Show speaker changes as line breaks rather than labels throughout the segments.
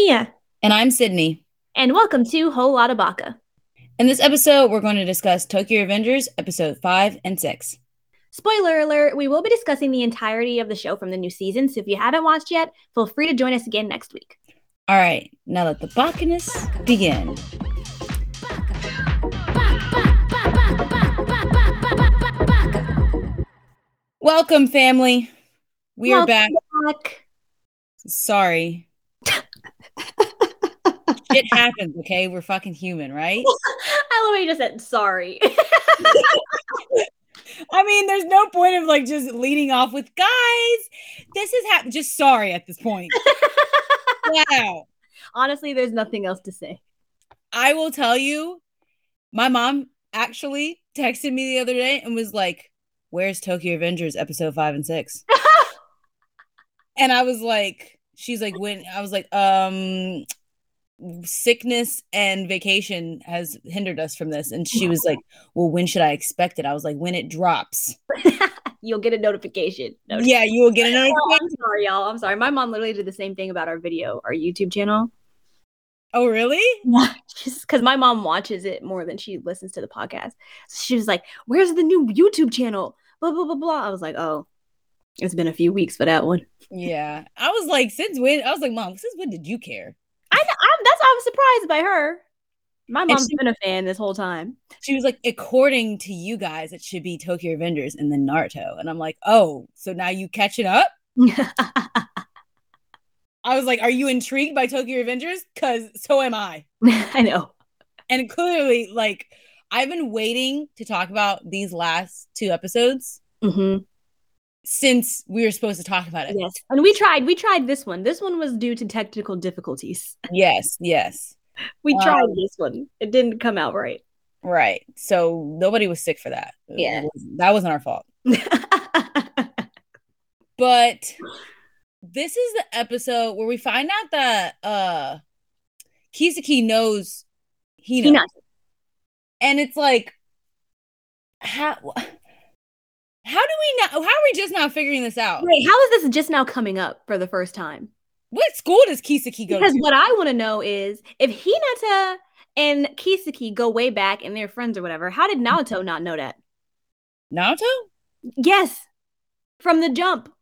And I'm Sydney.
and welcome to Whole Lotta Baka.
In this episode, we're going to discuss Tokyo Avengers episode 5 and 6.
Spoiler alert, we will be discussing the entirety of the show from the new season, so if you haven't watched yet, feel free to join us again next week.
All right, now let the Bakanists begin. Welcome, family. We are
Welcome
back.
back.
Sorry. Shit happens, okay? We're fucking human, right?
I love how you just said sorry.
I mean, there's no point of like just leading off with guys. This is hap- just sorry at this point. wow.
Honestly, there's nothing else to say.
I will tell you, my mom actually texted me the other day and was like, Where's Tokyo Avengers episode five and six? and I was like, She's like, When I was like, Um, sickness and vacation has hindered us from this. And she was like, Well, when should I expect it? I was like, When it drops.
You'll get a notification. No,
Yeah, you will get another.
Oh, I'm sorry, y'all. I'm sorry. My mom literally did the same thing about our video, our YouTube channel.
Oh, really?
because my mom watches it more than she listens to the podcast. So she was like, "Where's the new YouTube channel?" Blah blah blah blah. I was like, "Oh, it's been a few weeks for that one."
Yeah. I was like, since when? I was like, Mom, since when did you care?
I know, I'm, that's why I'm surprised by her. My mom's
she-
been a fan this whole time.
She was like, according to you guys, it should be Tokyo Avengers and then Naruto. And I'm like, oh, so now you catching up? I was like, are you intrigued by Tokyo Avengers? Because so am I.
I know.
And clearly, like, I've been waiting to talk about these last two episodes
hmm
since we were supposed to talk about it.
Yes, and we tried. We tried this one. This one was due to technical difficulties.
Yes, yes.
We
Um,
tried this one. It didn't come out right.
Right. So nobody was sick for that. It
Yeah.
wasn't- That wasn't our fault. but this is the episode where we find out that uh Kisaki knows he knows,
Hinata.
and it's like how how do we not how are we just not figuring this out?
Wait, how is this just now coming up for the first time?
What school does Kisaki go
Because
to?
what I want to know is if Hinata and Kisaki go way back and they're friends or whatever, how did
Mm-hmm.
Naoto not know that?
Naoto?
Yes, from the jump.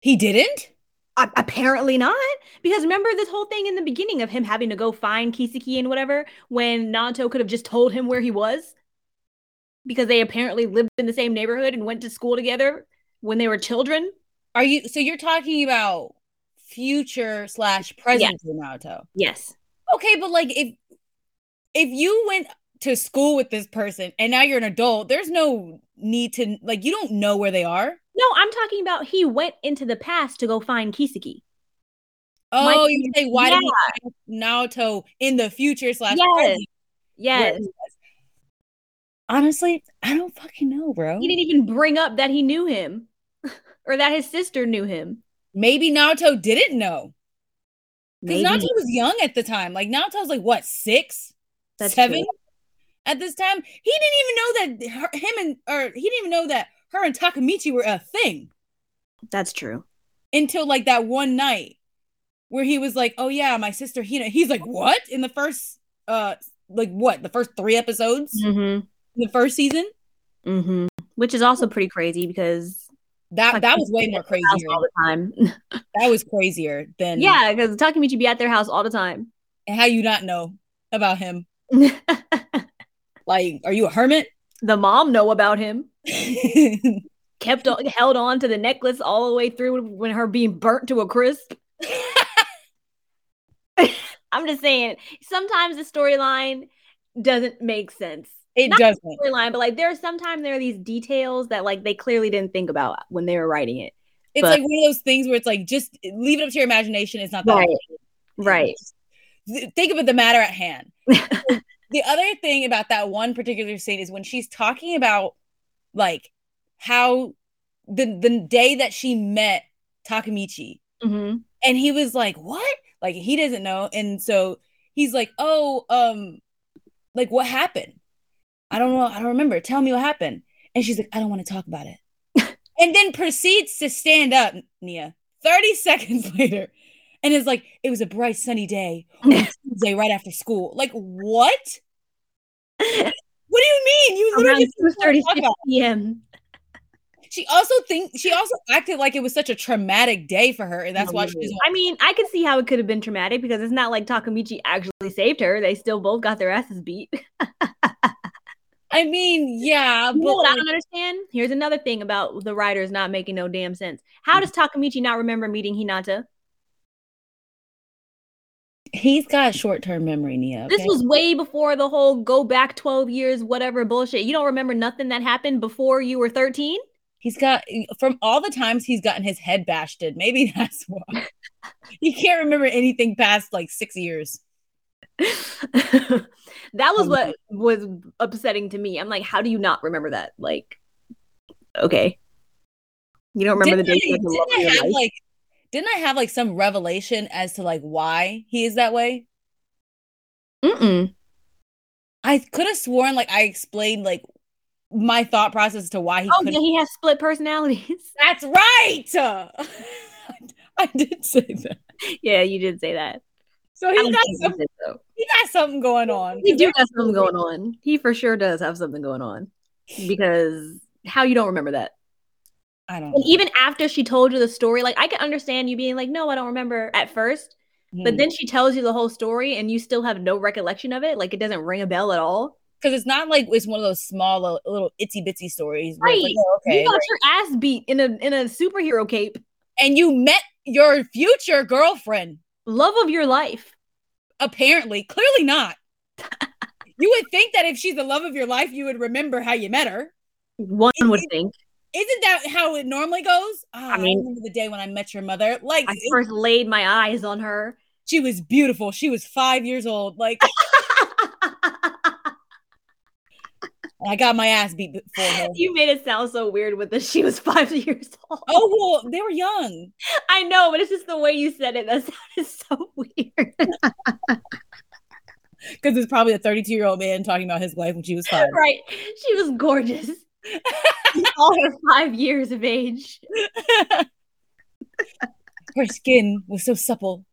He didn't?
A- apparently not. Because remember this whole thing in the beginning of him having to go find Kisaki and whatever when Naoto could have just told him where he was? Because they apparently lived in the same neighborhood and went to school together when they were children.
Are you so you're talking about future slash present for Naoto?
Yes.
Okay, but like if if you went to school with this person and now you're an adult, there's no need to like you don't know where they are.
No, I'm talking about he went into the past to go find Kisaki. Why
Oh,
did
you say why did he find Naoto in the future slash
Yes.
present?
Yes.
Honestly, I don't fucking know, bro.
He didn't even bring up that he knew him or that his sister knew him.
Maybe Naoto didn't know because
Maybe.
Naoto was young at the time. Like Naoto was like what six,
That's
seven
true.
at this time. He didn't even know that her, him and or he didn't even know that her and Takamichi were a thing.
That's true.
until like that one night where he was like, "Oh yeah, my sister Hina." He's like, "What?" In the first uh like what? The first 3 episodes
Mm-hmm.
in the first season?
Mm-hmm. Which is also pretty crazy because
That that
Takamichi
was way
be
more
at their house
crazier.
all the time.
That was crazier than
yeah, because Takamichi be at their house all the time.
how you not know about him. Like, are you a hermit?
the mom know about him.
I
Kept on, held on to the necklace all the way through when her being burnt to a crisp. I'm just saying, sometimes the storyline doesn't make sense.
It
Not-
doesn't.
Storyline, but like there are sometimes there are these details that like they clearly didn't think about when they were writing it.
It's
but-
like one of those things where it's like just leave it up to your imagination. It's not that
Right.
hard.
Right.
Th- think about the matter at hand. the other thing about that one particular scene is when she's talking about like how the the day that she met Takamichi
hmm
and he was like, "What?" Like he doesn't know and so he's like, "Oh, um like what happened?" I don't know. I don't remember. Tell me what happened. And she's like, "I don't want to talk about it." and then proceeds to stand up, Nia. 30 seconds later and it's like it was a bright sunny day on Tuesday right after school. Like what?
Mm-hmm.
What do you mean? You
Around
literally
two thirty
fuck up.
p.m.
She also think she also acted like it was such a traumatic day for her, and that's why she was.
I mean, I could see how it could have been traumatic because it's not like Takamichi actually saved her. They still both got their asses beat.
I mean, yeah,
You know
but
what I
like,
don't understand? Here's another thing about the writers not making no damn sense. How does Takamichi not remember meeting Hinata?
he's got short term memory, Nia.
This
okay?
was way before the whole go back 12 years, whatever bullshit. You don't remember nothing that happened before you were 13?
he's got from all the times he's gotten his head bashed in. Maybe that's why he can't remember anything past like six years.
that was what was upsetting to me. I'm like, how do you not remember that? Like, okay. You don't remember the
didn't
day you
I,
had the love
didn't
of
I
your
have
life?
like didn't I have like some revelation as to like why he is that way?
Mm-mm.
I could have sworn like I explained like my thought process to why he
Oh,
couldn't.
yeah, he has split personalities.
That's right. I did say that.
yeah, you did say that.
So
I
he
don't
got
think you
some,
did, though.
he got something going on.
He do have something going on. He for sure does have something going on because how you don't remember that.
I don't.
And
Know.
even after she told you the story, like I can understand you being like, no, I don't remember at first, but then she tells you the whole story and you still have no recollection of it. Like it doesn't ring a bell at all.
because it's not like it's one of those small little, little itsy bitsy stories. where it's like,
Right.
oh, okay.
you got your ass beat in a in a superhero cape.
and you met your future girlfriend.
Love of your life.
Apparently, clearly not. you would think that if she's the love of your life, you would remember how you met her.
One would think.
Isn't that how it normally goes? Ah, I
mean-
remember the day when I met your mother. Like
I first laid my eyes on her.
she was beautiful. She was five years old. Like I got my ass beat before her.
you made it sound so weird with this. She was five years old.
Oh well, they were young.
I know, but it's just the way you said it. That sounded so weird.
Because it's probably a 32 year old man talking about his wife when she was five.
right. She was gorgeous. All her five years of age.
Her skin was so supple.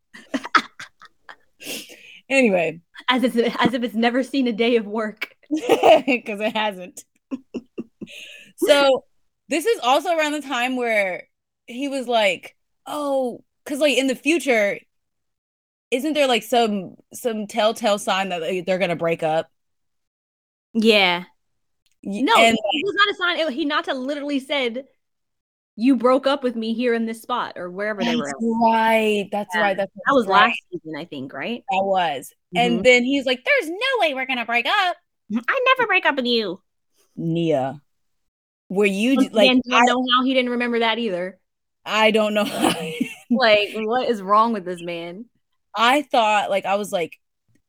anyway,
As if, as if it's never seen a day of work.
because it hasn't. so this is also around the time where he was like, oh, because like in the future, isn't there like some some telltale sign that like, they're gonna break up?
Yeah.
Y-
No,
and
it was not a sign. It, Hinata literally said, You broke up with me here in this spot or wherever they
that's
were. at.
right. That's
Yeah,
right. That's
That was
right.
last Mm-hmm. season, I think, right?
That was. And then he's like, "There's no way we're gonna break up."
Mhm. I never break up with you.
Nia, were you
Once
d- like?
again, do you
I,
know how he didn't remember that either.
I don't know.
Like, what is wrong with this man?
I thought like I was like,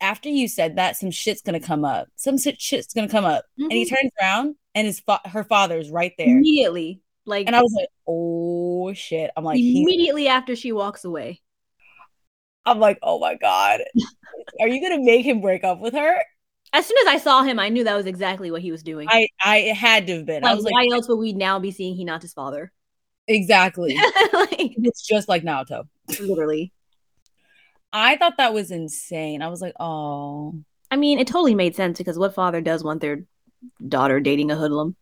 after you said that, some shit's gonna come up. Some shit- shit's gonna come up.
Mm-hmm.
And he turns around, and his fa- her father's right there.
immediately. Like,
And I was like, "Oh shit!" I'm like, he,
immediately after she walks away.
I'm like, "Oh my god, are you gonna make him break up with her?"
As soon as I saw him, I knew that was exactly what he was doing.
I I it had to have been. I
like,
was like,
why else would we now be seeing Hinata's father?
exactly.
like,
it's just like Naoto.
literally.
I thought that was insane. I was like, "Oh."
I mean, it totally made sense because what father does want their daughter dating a hoodlum?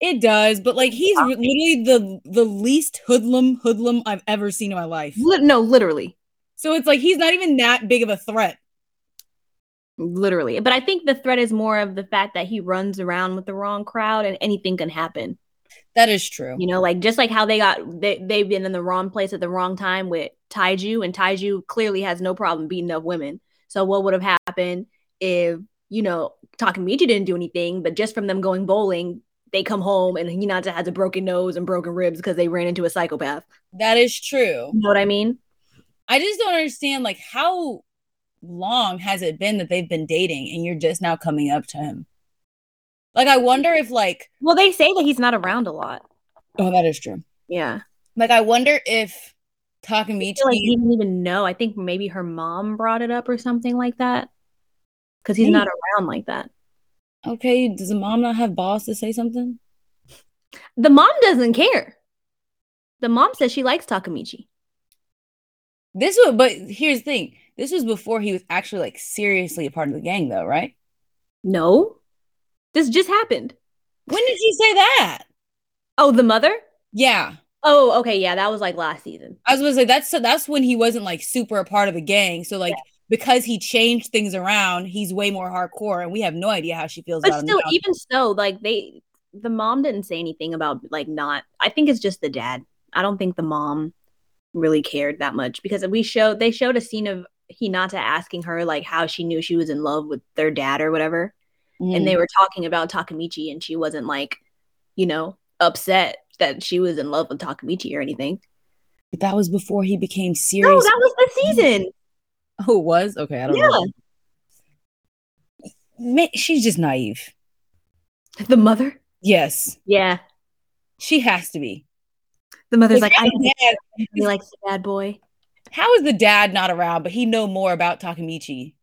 It does, but like he's re- literally the the least hoodlum hoodlum I've ever seen in my life.
Lit no, literally.
So it's like he's not even that big of a threat.
Literally. But I think the threat is more of the fact that he runs around with the wrong crowd and anything can happen.
That is true.
You know, like just like how they got they they've been in the wrong place at the wrong time with Taiju, and Taiju clearly has no problem beating up women. So what would have happened if you know Takamichi didn't do anything, but just from them going bowling, they come home and Hinata has a broken nose and broken ribs because they ran into a psychopath.
That is true.
You know what I mean?
I just don't understand like how long has it been that they've been dating and you're just now coming up to him? Like I wonder if like
Well, they say that he's not around a lot.
oh that is true.
Yeah,
Like I wonder if
I
Takamichi
feel like he didn't even know. I think maybe her mom brought it up or something like that because he's
Maybe.
not around like that.
okay, does the mom not have balls to say something?
The mom doesn't care. The mom says she likes Takamichi.
This was, but here's the thing. This was before he was actually like seriously a part of the gang, though, right?
No, this just happened.
When did she say that?
Oh, the mother?
Yeah,
Oh, okay. Yeah, that was like last season.
I was gonna say that's so that's when he wasn't like super a part of the gang. So like because he changed things around, he's way more hardcore, and we have no idea how she feels
But
about
still,
him. now.
even so, like they, the mom didn't say anything about like not. I think it's just the dad. I don't think the mom really cared that much because we showed they showed a scene of Hinata asking her like how she knew she was in love with their dad or whatever,
Mm.
and they were talking about Takamichi, and she wasn't like, you know, upset that she was in love with Takamichi or anything.
but that was before he became
No,
serious.
that was the season.
Oh, it was okay. I don't know. Ma- she's just naive.
The mother.
Yes,
Yeah,
she has to be.
the mother's
Like,
like, I
how the dad-
he likes the bad boy.
how is the dad not around, but he know more about Takamichi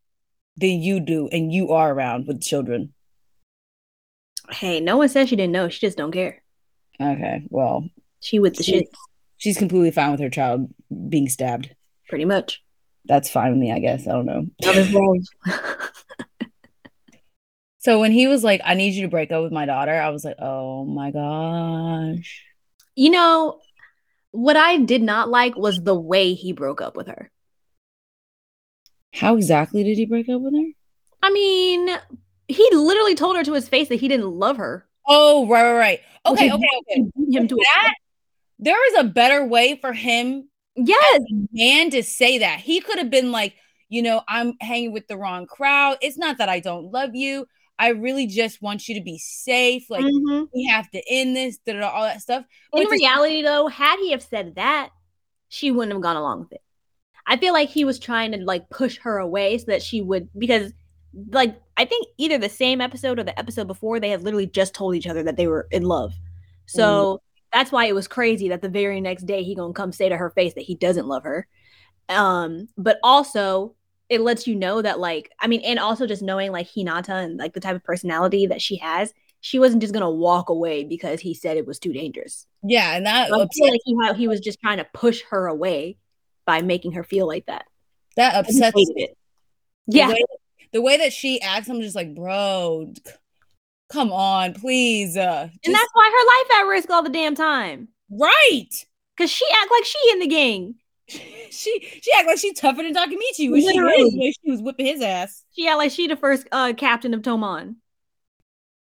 than you do, and you are around with children?
Hey, no one said she didn't know. She just don't care.
Okay, well,
She with the
She-
shit,
she's completely fine with her child being stabbed.
pretty much.
That's fine with me, I guess. I don't know.
That's
So when he was like, I need you to break up with my daughter, I was like, oh my gosh.
you know, what I did not like was the way he broke up with her.
How exactly did he break up with her?
I mean, he literally told her to his face that he didn't love her.
Oh, right, right, right.
Which
Okay,
is
okay,
He
okay.
beat him to a-
That there is a better way for him
yes,
man to say that. He could have been like, you know, I'm hanging with the wrong crowd. It's not that I don't love you. I really just want you to be safe. Like
Mhm.
we have to end this, da, da, da, all that stuff.
in
But this-
reality, though, had he have said that, she wouldn't have gone along with it. I feel like he was trying to like push her away so that she would because like I think either the same episode or the episode before they had literally just told each other that they were in love. So that's why it was crazy that the very next day he going to come say to her face that he doesn't love her. Um but also it lets you know that like I mean and also just knowing like Hinata and like the type of personality that she has, she wasn't just going to walk away because he said it was too dangerous.
Yeah, and that
I
upset
feel like he, how he was just trying to push her away by making her feel like that.
that
I just
upsets
hated it. Yeah,
The way, the way that she acts, I'm just like, bro, c- come on, please. Uh,
and
just-
that's why her life at risk all the damn time.
right.
Cause she act like she in the gang.
she she acts like she's tougher than Takamichi. When she,
Literally.
was, when she was whipping his ass.
She act like she the first uh, captain of Tomon.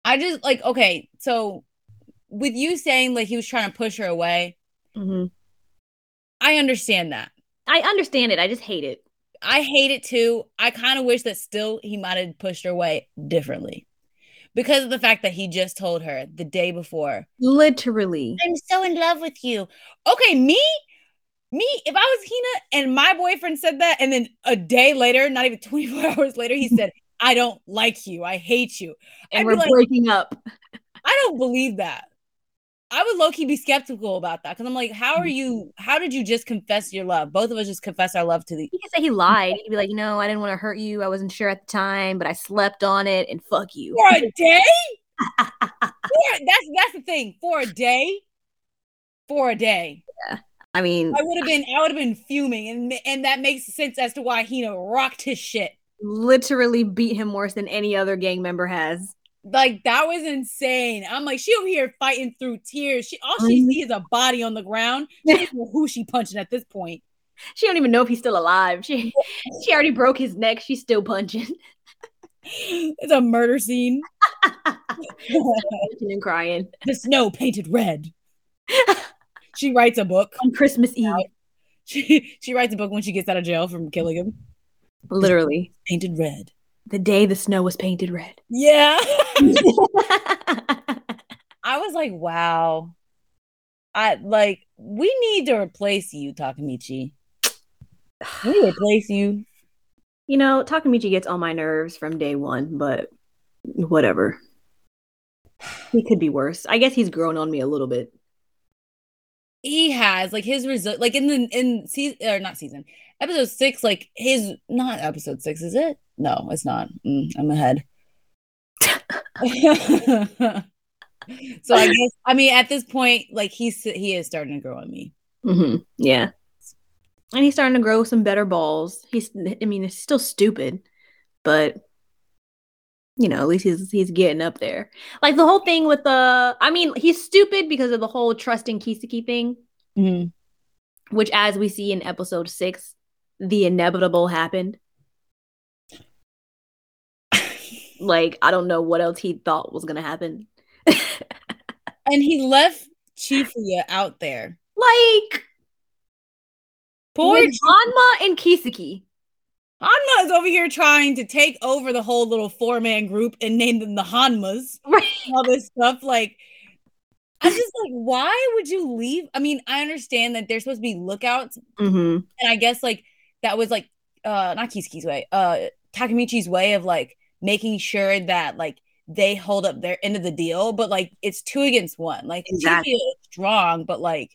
I just like okay, so with you saying like he was trying to push her away,
Mm-hmm.
I understand that.
I understand it. I just hate it.
I hate it too. I kind of wish that still he might have pushed her away differently. Because of the fact that he just told her the day before,
Literally.
I'm so in love with you. Okay, me, me, if I was Hina and my boyfriend said that, and then a day later, not even 24 hours later, he said, I don't like you. I hate you.
And
I'd be
we're
like-
breaking up.
I don't believe that. I would low key be skeptical about that because I'm like, how are you? How did you just confess your love? Both of us just confess our love to the.
He could say he lied. He'd be like, no, I didn't want to hurt you. I wasn't sure at the time, but I slept on it and fuck you.
For a day? For- that's that's the thing. For a day? For a day.
I mean,
I would have been I would have been fuming and and that makes sense as to why Hina rocked his shit.
literally beat him worse than any other gang member has.
Like that was insane. I'm like, she over here fighting through tears. She all she
Mhm.
sees is a body on the ground. She doesn't know who she punching at this point.
She don't even know if he's still alive. She she already broke his neck. She's still punching,
It's a murder scene.
punching and crying
the snow painted red. she writes a book.
on Christmas Eve.
She she writes a book when she gets out of jail from killing him.
Literally,
Painted red.
the day the snow was painted red.
Yeah. I was like, wow. I like we need to replace you, Takamichi. We need to replace you.
you know, Takamichi gets on my nerves from day one, but whatever. He could be worse. I guess he's grown on me a little bit.
He has like his result like in the in season or not season episode six, like his not episode six, is it? No, it's not. Mm, I'm ahead. so I guess I mean at this point, like he's he is starting to grow on me.
hmm Mm-hmm. Yeah. And he's starting to grow some better balls. He's, I mean, it's still stupid, but you know, at least he's he's getting up there. Like the whole thing with the, I mean, he's stupid because of the whole trusting Kisaki thing,
Mhm.
which, as we see in episode six, the inevitable happened. Like I don't know what else he thought was gonna happen.
And he left Chifuya out there.
Like
Poor
with Hanma and Kisaki.
Hanma is over here trying to take over the whole little four man group and name them the Hanmas.
Right.
and All this stuff. Like, I'm just like, why would you leave? I mean, I understand that they're supposed to be lookouts,
Mm-hmm.
and I guess like that was like uh not Kizuki's way, uh Takamichi's way of like making sure that like they hold up their end of the deal, but like it's two against one. Like
Exactly.
Chibiya is strong, but like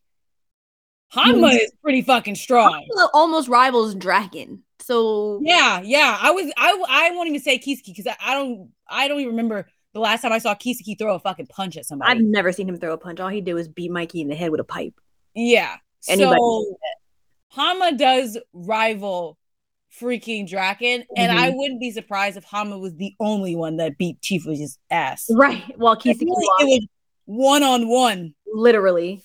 Hanma is pretty fucking strong.
Almost rivals Draken. So
Yeah, yeah. I was I I won't even say Kisaki because I, I don't I don't even remember the last time I saw Kisaki throw a fucking punch at somebody.
I've never seen him throw a punch. All he did was beat Mikey in the head with a pipe.
Yeah.
Anybody
So Hama does rival freaking Draken, and
Mm-hmm.
I wouldn't be surprised if Hama was the only one that beat Chief Wish's ass.
Right. While
Like,
Kisaki
really,
lost,
it was one on one.
literally.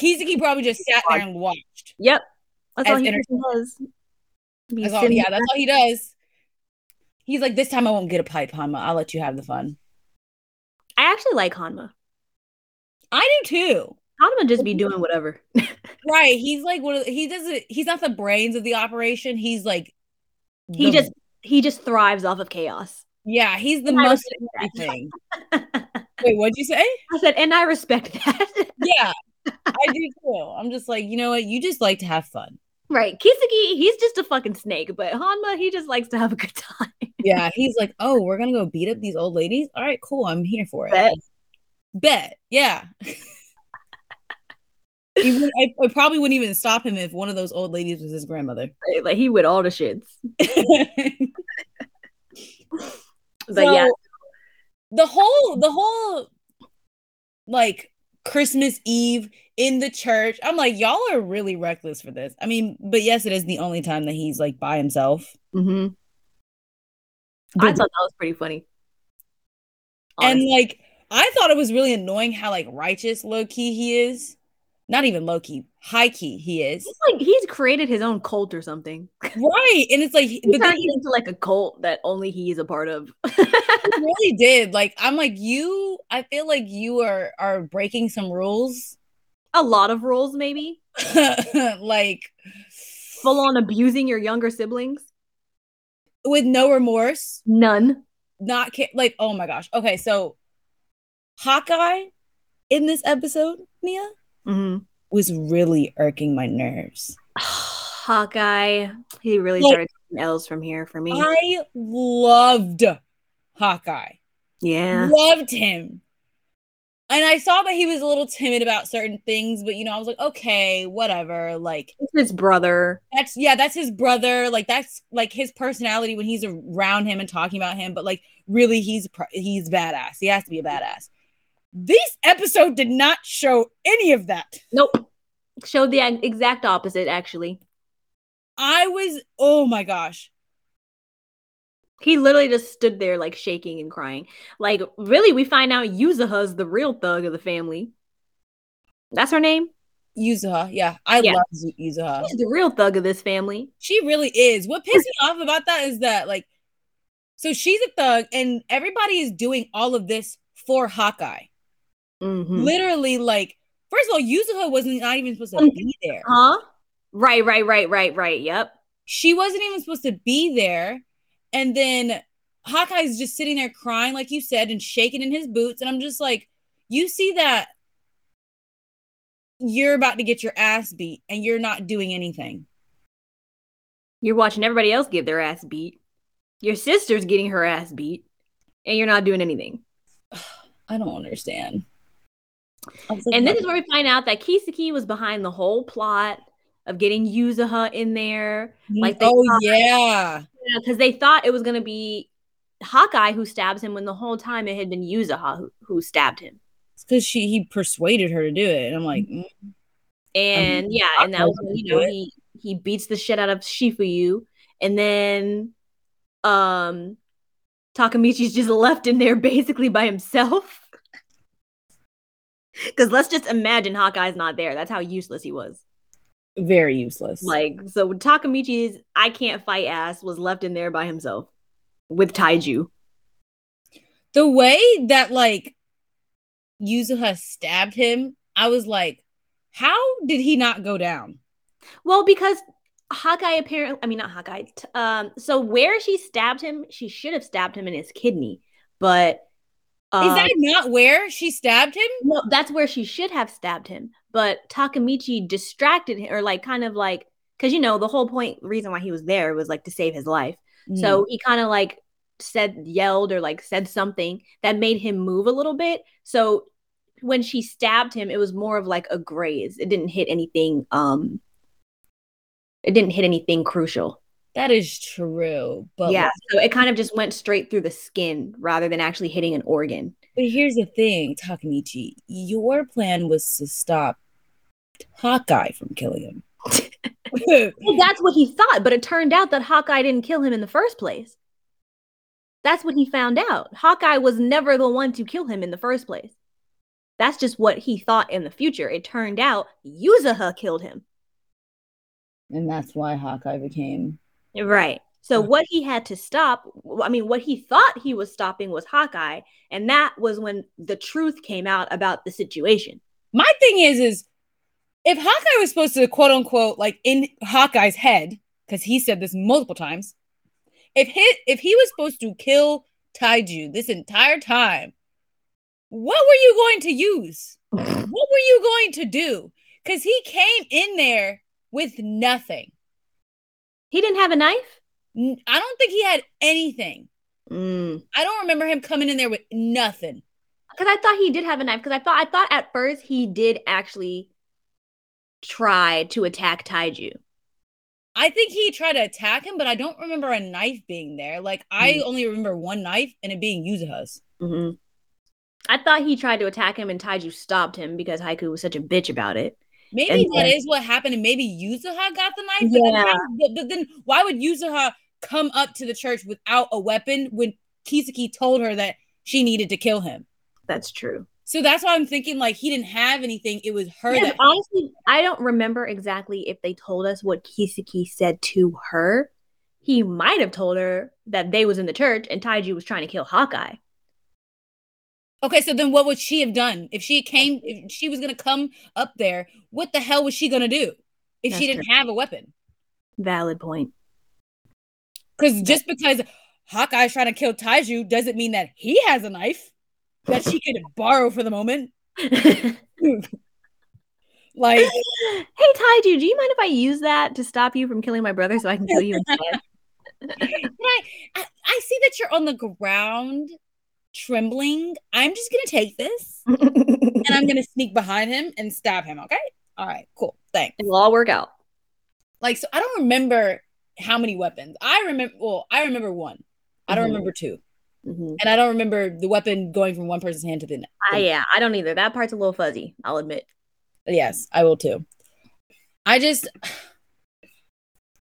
Kizuki probably just sat there and watched.
Yep. That's
As
all he
inter-
freaking does. Be
That's all-
sitting-
yeah, that's all he does. He's like, this time I won't get a pipe, Hama. I'll let you have the fun.
I actually like Hanma.
I do too.
Hanma just be doing whatever.
Right? He's like one of the, he doesn't. He's not the brains of the operation. He's like
He
the-
just he just thrives off of chaos.
yeah. He's the
And I
most
respect
everything.
I
Wait, what'd you say?
said, and I respect that.
Yeah, I do too. I'm just like, you know what? You just like to have fun.
right. Kisaki, he's just a fucking snake, but Hanma, he just likes to have a good time.
Yeah, he's like, oh, we're gonna go beat up these old ladies. All right, cool. I'm here for it.
Bet.
Bet. Yeah. even I, I probably wouldn't even stop him if one of those old ladies was his grandmother.
Right, Like he with all the shits.
but
But yeah.
the whole the whole like Christmas Eve in the church. I'm like, y'all are really reckless for this. I mean, but yes, it is the only time that he's like by himself.
hmm I
But-
thought that was pretty funny.
And like I thought it was really annoying how like righteous low key he is. Not even low key, high key he is.
He's like he's created his own cult or something.
Right. And it's like
He's
but then
turned into like a cult that only he is a part of.
he really did. Like I'm like you I feel like you are are breaking some rules.
a lot of rules, maybe
like
full on abusing your younger siblings.
with no remorse,
None.
not ca- like oh my gosh. Okay, so Hawkeye in this episode, Mia,
Mm-hmm.
was really irking my nerves.
Hawkeye, he really
Like-
started taking L's from here for me.
I loved Hawkeye.
yeah,
loved him. And I saw that he was a little timid about certain things, but you know, I was like, okay, whatever. Like
It's his brother.
that's yeah, that's his brother. Like that's like his personality when he's around him and talking about him. But like, really, he's pr- he's badass. He has to be a badass. This episode did not show any of that.
Nope. Showed the ag- exact opposite. Actually,
I was oh my gosh,
he literally just stood there like shaking and crying. Like, really, we find out Yuzaha's the real thug of the family. That's her name.
Yuzuha. Yeah, I
Yeah.
love Zu- Yuzuha.
She's the real thug of this family.
She really is. What pissed me off about that is that like so she's a thug and everybody is doing all of this for Hawkeye.
Mm-hmm.
Literally, like, first of all, Yuzuha wasn't not even supposed to
Mhm.
be there.
Huh? Right, right, right, right, right. Yep.
She wasn't even supposed to be there. And then Hawkeye's just sitting there crying, like you said, and shaking in his boots. And I'm just like, you see that you're about to get your ass beat and you're not doing anything.
You're watching everybody else get their ass beat. Your sister's getting her ass beat, and you're not doing anything.
I don't understand. I was like,
And this
"What?"
is where we find out that Kisaki was behind the whole plot of getting Yuzaha in there like they
oh, yeah.
because they thought it was going to be Hawkeye who stabs him when the whole time it had been Yuzaha who, who stabbed him.
It's because she
Mm-hmm.
he persuaded her to do it. And I'm like, mm,
And yeah, and that was, when, you know, he, He beats the shit out of Shifuyu, and then um Takamichi's just left in there basically by himself. Cause let's just imagine Hawkeye's not there. That's how useless he was.
"Mm, Very useless.
Like so Takamichi's I can't fight ass was left in there by himself with Taiju.
the way that like Yuzuha stabbed him, I was like, how did he not go down?
Well, because Hawkeye apparently, I mean, not Hawkeye. T- um, so where she stabbed him, she should have stabbed him in his kidney, but uh,
Is that not where she stabbed him?
no, that's where she should have stabbed him. But Takamichi distracted him, or like kind of like, because you know the whole point reason why he was there was like to save his life. So he kind of like said, yelled, or like said something that made him move a little bit. So when she stabbed him, it was more of like a graze. It didn't hit anything. Um, it didn't hit anything crucial.
that is true. But
yeah.
like,
so it kind of just went straight through the skin rather than actually hitting an organ.
but here's the thing, Takamichi, your plan was to stop Hawkeye from killing him.
Well, that's what he thought, but it turned out that Hawkeye didn't kill him in the first place. That's what he found out. Hawkeye was never the one to kill him in the first place. That's just what he thought in the future. It turned out Yuzaha killed him.
and that's why Hawkeye became
Right. So
Mhm.
what he had to stop, I mean, what he thought he was stopping was Hawkeye, and that was when the truth came out about the situation.
My thing is, is if Hawkeye was supposed to quote unquote like in Hawkeye's head, because he said this multiple times, if he if he was supposed to kill Taiju this entire time, what were you going to use? what were you going to do? Because he came in there with nothing.
He didn't have a knife?
N- I don't think he had anything.
Mm.
I don't remember him coming in there with nothing.
because I thought he did have a knife. Because I thought I thought at first he did actually try to attack Taiju.
I think he tried to attack him, but I don't remember a knife being there. Like I
Mm.
only remember one knife and it being Yuzuha's.
Mm-hmm. I thought he tried to attack him, and Taiju stopped him because Haiku was such a bitch about it.
Maybe
And
that
then-
is what happened, and maybe Yuzuha got the knife. But, then
Yeah.
how- but- but then why would Yuzuha come up to the church without a weapon when Kisaki told her that she needed to kill him?
That's true.
So that's why I'm thinking like he didn't have anything. It was her that
honestly, I don't remember exactly if they told us what Kisaki said to her. He might have told her that they was in the church and Taiju was trying to kill Hawkeye.
Okay, so then what would she have done if she came? If she was gonna come up there, what the hell was she gonna do if she
That's
didn't have a weapon?
Valid point.
Because just because Hawkeye's trying to kill Taiju doesn't mean that he has a knife that she could borrow for the moment. Like.
hey Taiju, do you mind if I use that to stop you from killing my brother so I can kill you instead?
But I, I, I see that you're on the ground trembling. I'm just going to take this and I'm going to sneak behind him and stab him. Okay. All right. Cool. Thanks.
It'll all work out.
Like, so I don't remember how many weapons. I remember, well, I remember one. I don't
Mhm.
remember two. And I don't remember the weapon going from one person's hand to the next.
I, Ah, yeah, I don't either. That part's a little fuzzy, I'll admit.
Yes, I will too. I just.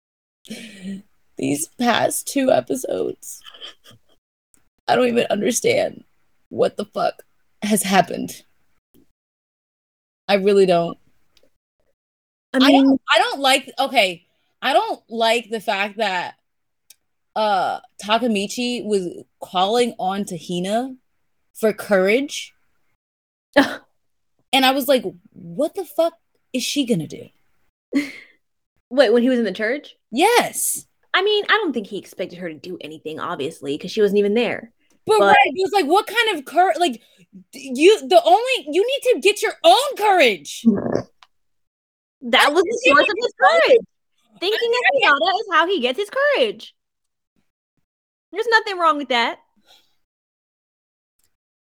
These past two episodes, I don't even understand what the fuck has happened. I really don't.
I
I
mean,
I don't like okay. I don't like the fact that uh Takamichi was calling on to Hina for courage. and I was like, what the fuck is she gonna do?
wait, when he was in the church?
Yes.
I mean, I don't think he expected her to do anything, obviously, because she wasn't even there.
But,
But-
right, it was like what kind of courage like d- you the only you need to get your own courage.
That was the source of his courage. Thinking as Hinata is how he gets his courage. There's nothing wrong with that.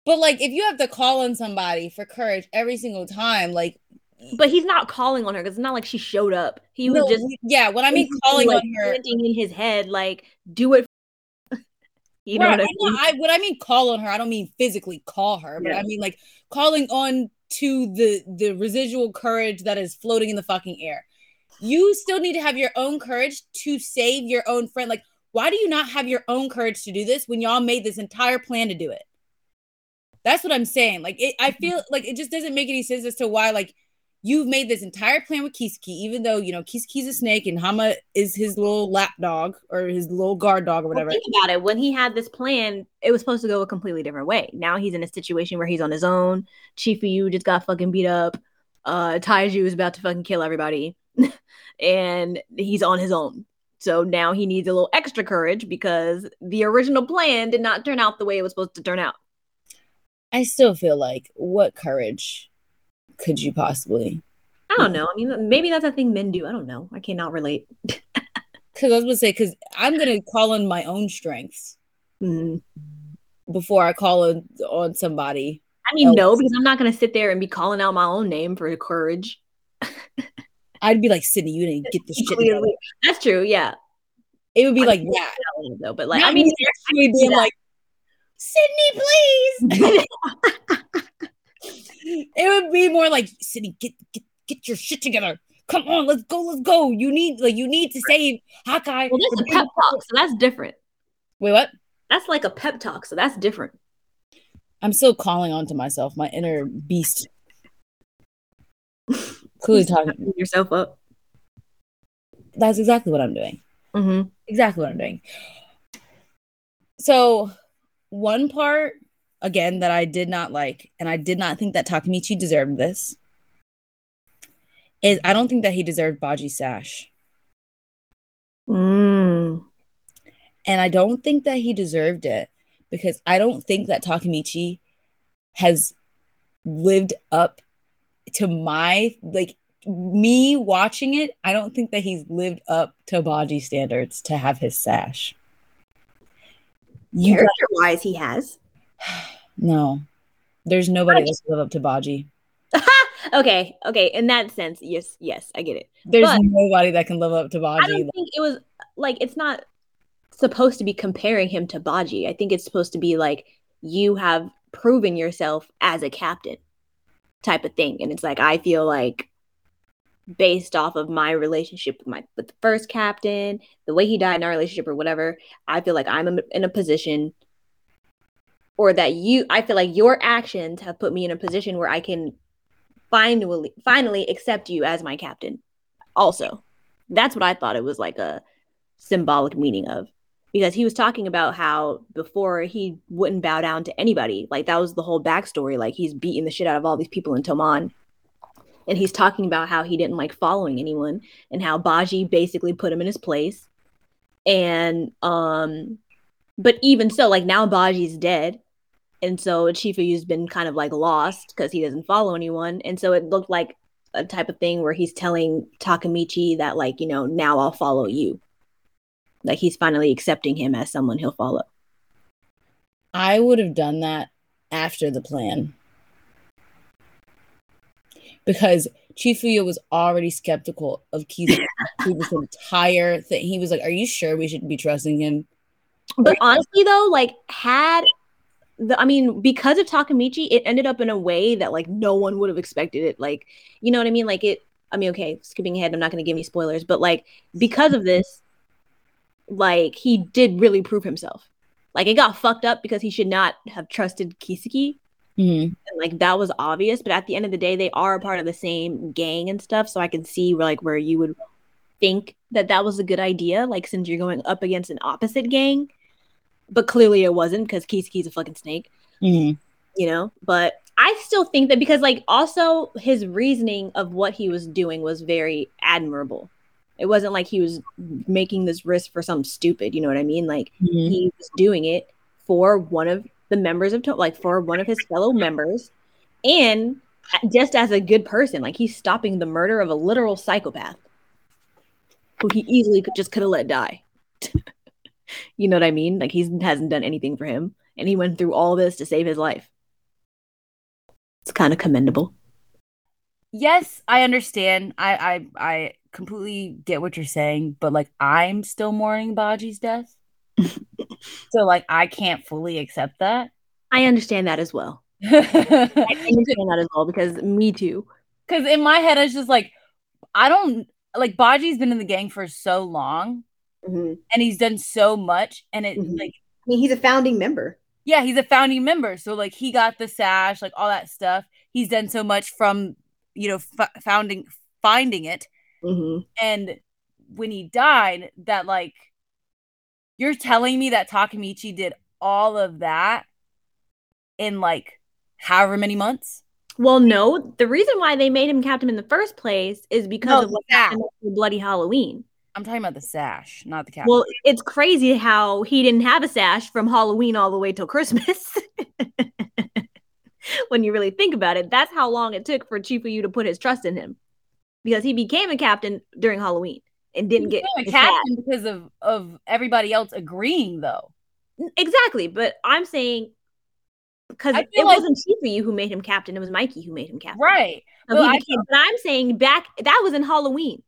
But like if you have to call on somebody for courage every single time, like
But he's not calling on her because it's not like she showed up. He was
no,
just
yeah, when I mean
basically,
calling
like,
on her
chanting in his head, like, do it. You know what
Right,
I
I'm
mean?
not- I- what I mean call on her, I don't mean physically call her, but
Yeah.
I mean like calling on to the the residual courage that is floating in the fucking air. you still need to have your own courage to save your own friend. Like, why do you not have your own courage to do this when y'all made this entire plan to do it? That's what I'm saying. Like, it,
Mm-hmm.
I feel like it just doesn't make any sense as to why, like, you've made this entire plan with Kisaki, even though, you know, Kisaki's a snake and Hama is his little lap dog or his little guard dog or
Well,
whatever.
think about it. When he had this plan, it was supposed to go a completely different way. Now he's in a situation where he's on his own. Chief Yu just got fucking beat up. Uh, Taiju is about to fucking kill everybody, and he's on his own. So now he needs a little extra courage because the original plan did not turn out the way it was supposed to turn out.
I still feel like, what courage could you possibly?
I don't know. I mean, maybe that's a thing men do. I don't know. I cannot relate.
Because I was going to say, because I'm going to call on my own strengths Mm-hmm.
Mm.
before I call on, on somebody.
I mean, no,
Else.
because I'm not going to sit there and be calling out my own name for courage.
I'd be like, Sydney, you didn't get this shit. together."
Clearly. That's true. Yeah.
It would be like that.
Though, but like,
Not
I mean,
me actually being
that.
like, Sydney, please. It would be more like, Sydney, get get get your shit together. Come on, let's go, let's go. You need like you need to save Hawkeye.
Well, that's a pep talk, so that's different.
Wait, what?
That's like a pep talk, so that's different.
I'm still calling on to myself, my inner beast. Clearly talking.
Beat yourself up.
That's exactly what I'm doing.
Mm-hmm.
Exactly what I'm doing. So, one part again that I did not like, and I did not think that Takamichi deserved this, is I don't think that he deserved Baji's sash.
Mm.
And I don't think that he deserved it because I don't think that Takamichi has lived up to my, like, me watching it. I don't think that he's lived up to Baji standards to have his sash. You got-
Character wise, he has.
no, there's nobody that's live up to Baji.
okay, okay. In that sense, yes, yes, I get it.
There's
But-
nobody that can live up to
I
Baji.
don't think it was like it's not supposed to be comparing him to Baji. I think it's supposed to be like you have proven yourself as a captain type of thing. And it's like I feel like based off of my relationship with my with the first captain, the way he died in our relationship or whatever, I feel like I'm in a position or that you I feel like your actions have put me in a position where I can finally finally accept you as my captain also that's what I thought it was like a symbolic meaning of because he was talking about how before he wouldn't bow down to anybody. Like that was the whole backstory. Like he's beating the shit out of all these people in Toman. And he's talking about how he didn't like following anyone and how Baji basically put him in his place. And um but even so, like now Baji's dead. And so Chifuyu's been kind of like lost because he doesn't follow anyone. And so it looked like a type of thing where he's telling Takamichi that like, you know, now I'll follow you. Like he's finally accepting him as someone he'll follow.
I would have done that after the plan. Because Chifuya was already skeptical of Keith through this entire thing. He was like, Are you sure we should be trusting him?
But honestly though, like had the I mean, because of Takamichi, it ended up in a way that like no one would have expected it. Like, you know what I mean? Like it I mean, okay, skipping ahead, I'm not gonna give any spoilers, but like because of this, like he did really prove himself. Like it got fucked up because he should not have trusted Kiseki,
Mhm.
and, like that was obvious but at the end of the day they are a part of the same gang and stuff so i can see where like where you would think that that was a good idea like since you're going up against an opposite gang but clearly it wasn't because kiseki's a fucking snake
Mhm.
you know but i still think that because like also his reasoning of what he was doing was very admirable it wasn't like he was making this risk for something stupid you know what i mean like
Mhm.
he was doing it for one of the members of to- like for one of his fellow members and just as a good person like he's stopping the murder of a literal psychopath who he easily could, just could have let die you know what i mean like he hasn't done anything for him and he went through all this to save his life it's kind of commendable
Yes, I understand. I, I I completely get what you're saying, but like I'm still mourning Baji's death. so like I can't fully accept that.
i understand that as well i understand that as well because me too
Because in my head, it's just like, I don't, like Baji's been in the gang for so long
Mhm.
and he's done so much and it
Mhm.
like
I mean, he's a founding member.
yeah, he's a founding member. So like he got the sash, like all that stuff. He's done so much from, you know, f- founding finding it
Mm-hmm.
Mhm.
and when he died that like you're telling me that Takamichi did all of that in like however many months?
Well, no. The reason why they made him captain in the first place is because
No,
of what
that.
happened with Bloody Halloween.
I'm talking about the sash, not the cap.
Well, it's crazy how he didn't have a sash from Halloween all the way till Christmas. when you really think about it, that's how long it took for Chifuyu to put his trust in him, because he became a captain during Halloween and didn't get
became a
his sash.
captain because of of everybody else agreeing though.
exactly. But I'm saying because
I
it
feel like-
wasn't Chifuyu who made him captain; it was Mikey who made him captain.
Right.
So
Well,
he
I
became- but I'm saying back that was in Halloween.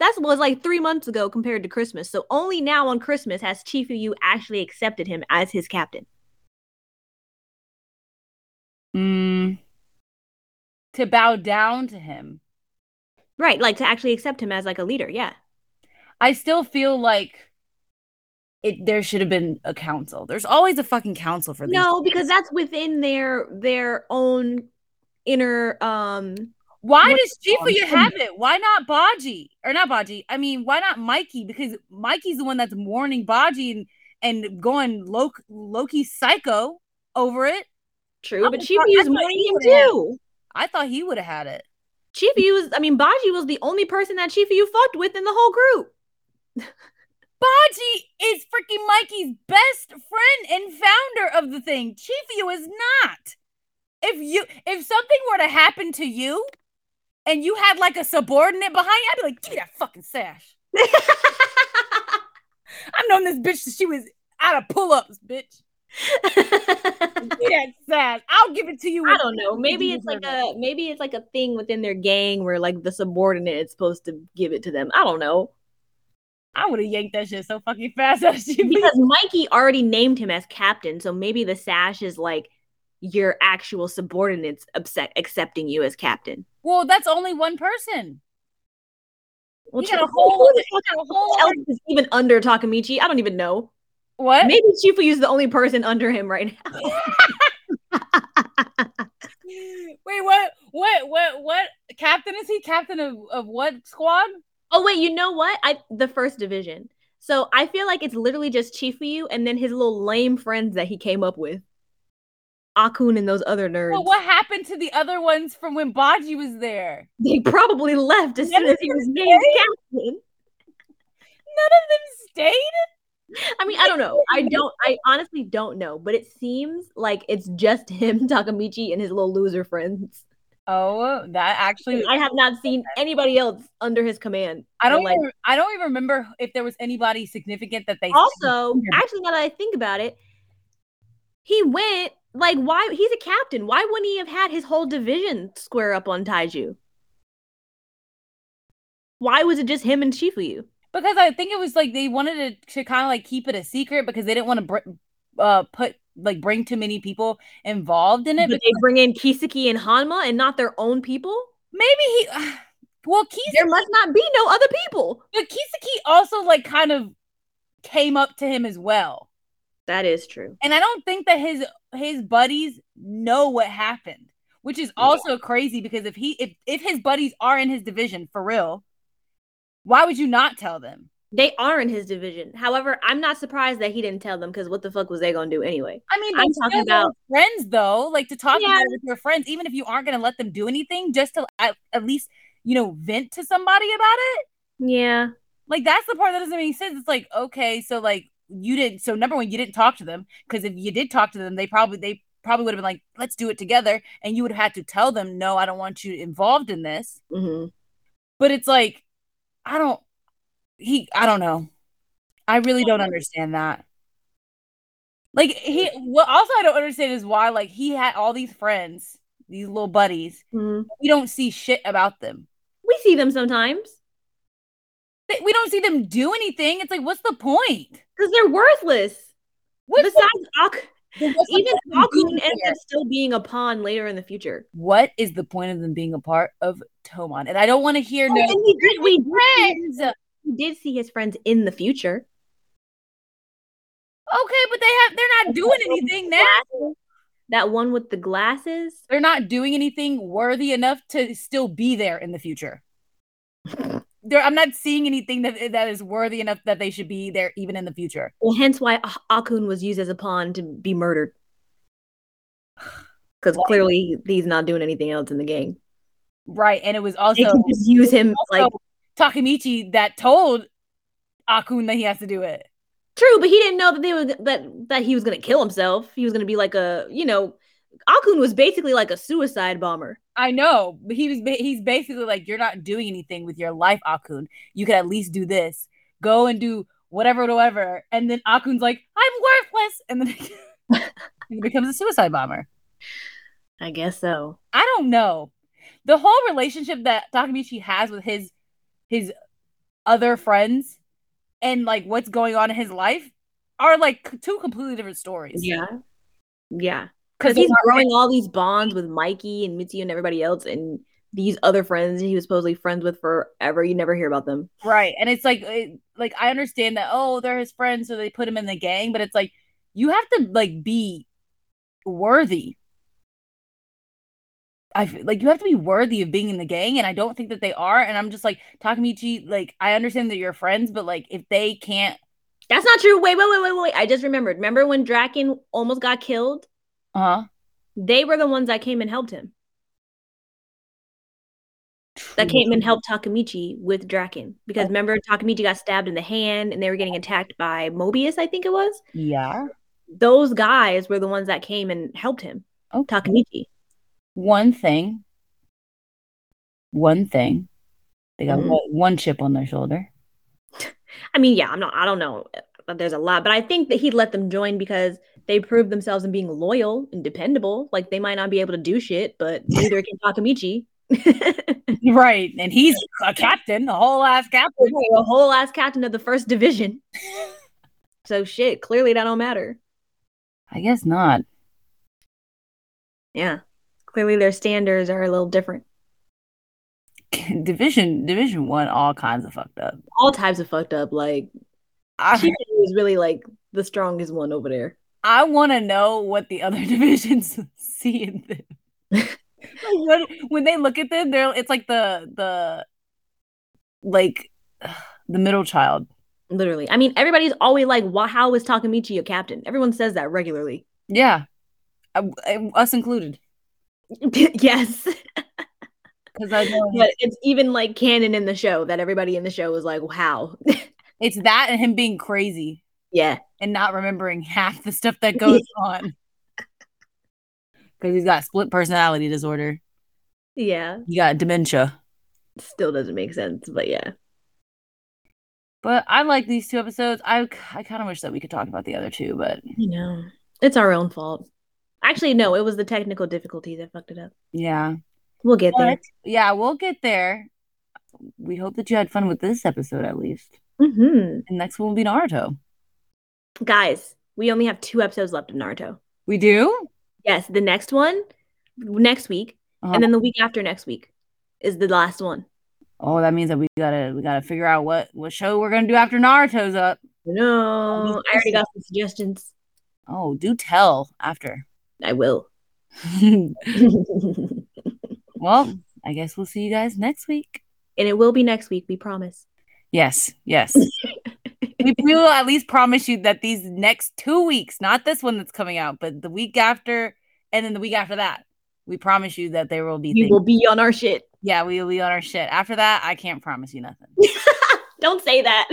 That was like three months ago compared to Christmas. So only now on Christmas has Chifuyu actually accepted him as his captain.
Mm. To bow down to him.
Right, like to actually accept him as like a leader. Yeah.
I still feel like it there should have been a council. There's always a fucking council for these.
No, because that's within their their own inner um
why
what-
does Chifuya
um,
have it? Why not Baji? Or not Baji. I mean, why not Mikey? Because Mikey's the one that's warning Baji and, and going lo- Loki psycho over it.
true, but
I thought- I
Chifuyu's
thought
mourning
he
him
would've had-
too.
I thought he would have had it.
Chifuyu was I mean Baji was the only person that Chifuyu fucked with in the whole group.
Baji is freaking Mikey's best friend and founder of the thing. Chifuyu is not. If you if something were to happen to you and you had like a subordinate behind you, I'd be like, give me that fucking sash. I've known this bitch since she was out of pull-ups, bitch.
I
Give me that sash. I'll give it to you. when-
don't know. Maybe
you
it's like
deserve
a maybe it's like a thing within their gang where like the subordinate is supposed to give it to them. I don't know.
I would have yanked that shit so fucking fast out of Chifuyu.
because Mikey already named him as captain, so maybe the sash is like your actual subordinates upset accepting you as captain.
Well, that's only one person.
Well,
You got a
Chifu-
whole-
who the
you got a whole
fuck else is even under Takamichi? I don't even know.
What?
Maybe Chifuyu is the only person under him right now.
Wait, what? What? What? What? Captain is he? Captain of of what squad?
Oh wait, you know what? I the first division. So I feel like it's literally just Chifuyu and then his little lame friends that he came up with, Akun and those other nerds.
Well, what happened to the other ones from when Baji was there?
They probably left as
None
soon
of
as he was named captain.
None of them stayed.
I mean, I don't know. I don't. I honestly don't know. But it seems like it's just him, Takamichi, and his little loser friends.
Oh, that actually.
I have not seen anybody else under his command.
I don't.
like.
even- I don't even remember if there was anybody significant that they.
Also,
Yeah.
actually, now that I think about it, he went like why? He's a captain. Why wouldn't he have had his whole division square up on Taiju? Why was it just him and Shifuyu?
because I think it was like they wanted to, to kind of like keep it a secret because they didn't want to br- uh put like bring too many people involved in it.
Did
But
they bring in Kiseki and Hanma and not their own people?
maybe he. Well, Keith
There must not be no other people.
But Kisaki also like kind of came up to him as well.
That is true.
And I don't think that his his buddies know what happened, which is also crazy because if he if if his buddies are in his division for real, why would you not tell them?
They are in his division. However, I'm not surprised that he didn't tell them because what the fuck was they gonna do anyway?
I mean,
I'm
they're
talking
still your
about-
friends though, like to talk
Yeah.
about it with your friends, even if you aren't going to let them do anything, just to at, at least you know vent to somebody about it.
Yeah.
Like that's the part that doesn't make sense. It's like okay, so like you didn't. So number one, you didn't talk to them because if you did talk to them, they probably they probably would have been like, let's do it together, and you would have had to tell them, no, I don't want you involved in this.
hmm
But it's like, I don't. He, I don't know. I really don't understand that. Like he, what also I don't understand is why like he had all these friends, these little buddies. We don't see shit about them.
We see them sometimes
They- We don't see them do anything. It's like, what's the point?
because they're worthless.
What's the
Besides Ak- Even Hakun
Goon
ends
there.
up still being a pawn later in the future.
What is the point of them being a part of Tomon? And I don't want to hear Oh, no.
And we did, we did,
friends.
we did see his friends in the future.
Okay, but they have they're not doing anything now.
That one with the glasses.
They're not doing anything worthy enough to still be there in the future. There, I'm not seeing anything that that is worthy enough that they should be there even in the future.
Well, hence why Ah- Akun was used as a pawn to be murdered. Because
Why?
clearly he's not doing anything else in the gang.
Right. And it was
They
also
can just use him
also
like
Takamichi that told Akun that he has to do it.
true, but he didn't know that they were that that he was gonna kill himself. He was gonna be like a you know, Akun was basically like a suicide bomber.
I know, but he was ba- he's basically like you're not doing anything with your life, Akun. You could at least do this. Go and do whatever, whatever. And then Akun's like, I'm worthless, and then he becomes a suicide bomber.
I guess so.
I don't know. The whole relationship that Takamichi has with his his other friends and like what's going on in his life are like c- two completely different stories.
Yeah. Yeah. Because
because
he's growing all these bonds with Mikey and Mitsuyo and everybody else and these other friends he was supposedly friends with forever. You never hear about them.
right, and it's like it, like I understand that oh they're his friends so they put him in the gang, but it's like you have to like be worthy. I feel like you have to be worthy of being in the gang, and I don't think that they are. And I'm just like Takamichi. Like I understand that you're friends, but like if they can't,
That's not true. Wait, wait, wait, wait, wait. I just remembered. Remember when Draken almost got killed?
uh
They were the ones that came and helped him.
huh,
That came and helped Takamichi with Draken. Because remember, Takamichi got stabbed in the hand and they were getting attacked by Mobius, I think it was.
Yeah.
Those guys were the ones that came and helped him,
Oh,
Takamichi.
one thing. One thing. They got
Mhm.
one, one chip on their shoulder.
I mean, yeah, I'm not, I don't know. uh, There's a lot, but I think that he let them join because they proved themselves in being loyal and dependable. Like they might not be able to do shit, but neither can Takamichi.
Right. And he's a captain, a whole ass captain.
the whole ass captain of the first division. so shit, clearly that don't matter.
I guess not.
Yeah. Clearly their standards are a little different.
Division Division One, all kinds of fucked up.
All types of fucked up. Like
I,
she was really like the strongest one over there.
I want to know what the other divisions see in them. Like, when, when they look at them, they're it's like the the like the middle child.
Literally. I mean, everybody's always like, "Why? how is Takamichi a captain? Everyone says that regularly.
Yeah, I- I- us included.
yes.
Because I know
But it's even like canon in the show that everybody in the show is like, wow.
it's that and him being crazy.
yeah.
and not remembering half the stuff that goes on because he's got split personality disorder.
Yeah.
He got dementia.
Still doesn't make sense, but yeah.
But I like these two episodes. I I kind of wish that we could talk about the other two, but
You know, it's our own fault. Actually, no, it was the technical difficulties that fucked it up.
yeah,
We'll get there.
yeah, we'll get there. We hope that you had fun with this episode at least.
hmm
And next one will be Naruto.
Guys, we only have two episodes left of Naruto.
We do.
Yes, the next one next week,
Uh-huh.
and then the week after next week is the last one.
Oh, that means that we gotta we gotta figure out what what show we're gonna do after Naruto's up.
No, I already got some suggestions.
Oh, do tell after.
I will.
well,
and
I guess we'll see you guys next week.
it will be next week, we promise.
Yes, yes. we, we will at least promise you that these next two weeks, not this one that's coming out, but the week after, and then the week after that, we promise you that there will be
You
things.
will be on our shit.
yeah, we will be on our shit. After that, I can't promise you nothing.
Don't say that.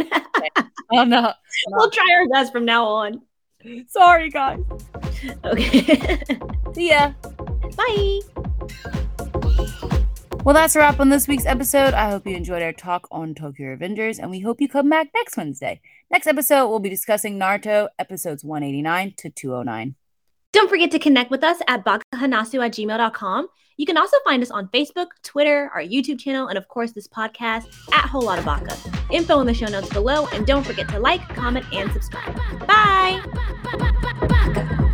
oh no,
we'll try our best from now on.
sorry guys.
Okay.
See ya.
Bye.
Well, that's a wrap on this week's episode. I hope you enjoyed our talk on Tokyo Avengers, and we hope you come back next Wednesday. Next episode, we'll be discussing Naruto episodes 189 to 209.
Don't forget to connect with us at bakahanasu at gmail.com. You can also find us on Facebook, Twitter, our YouTube channel, and of course this podcast at Whole Lotta Baka. Info in the show notes below, and don't forget to like, comment, and subscribe. Bye!
Bye.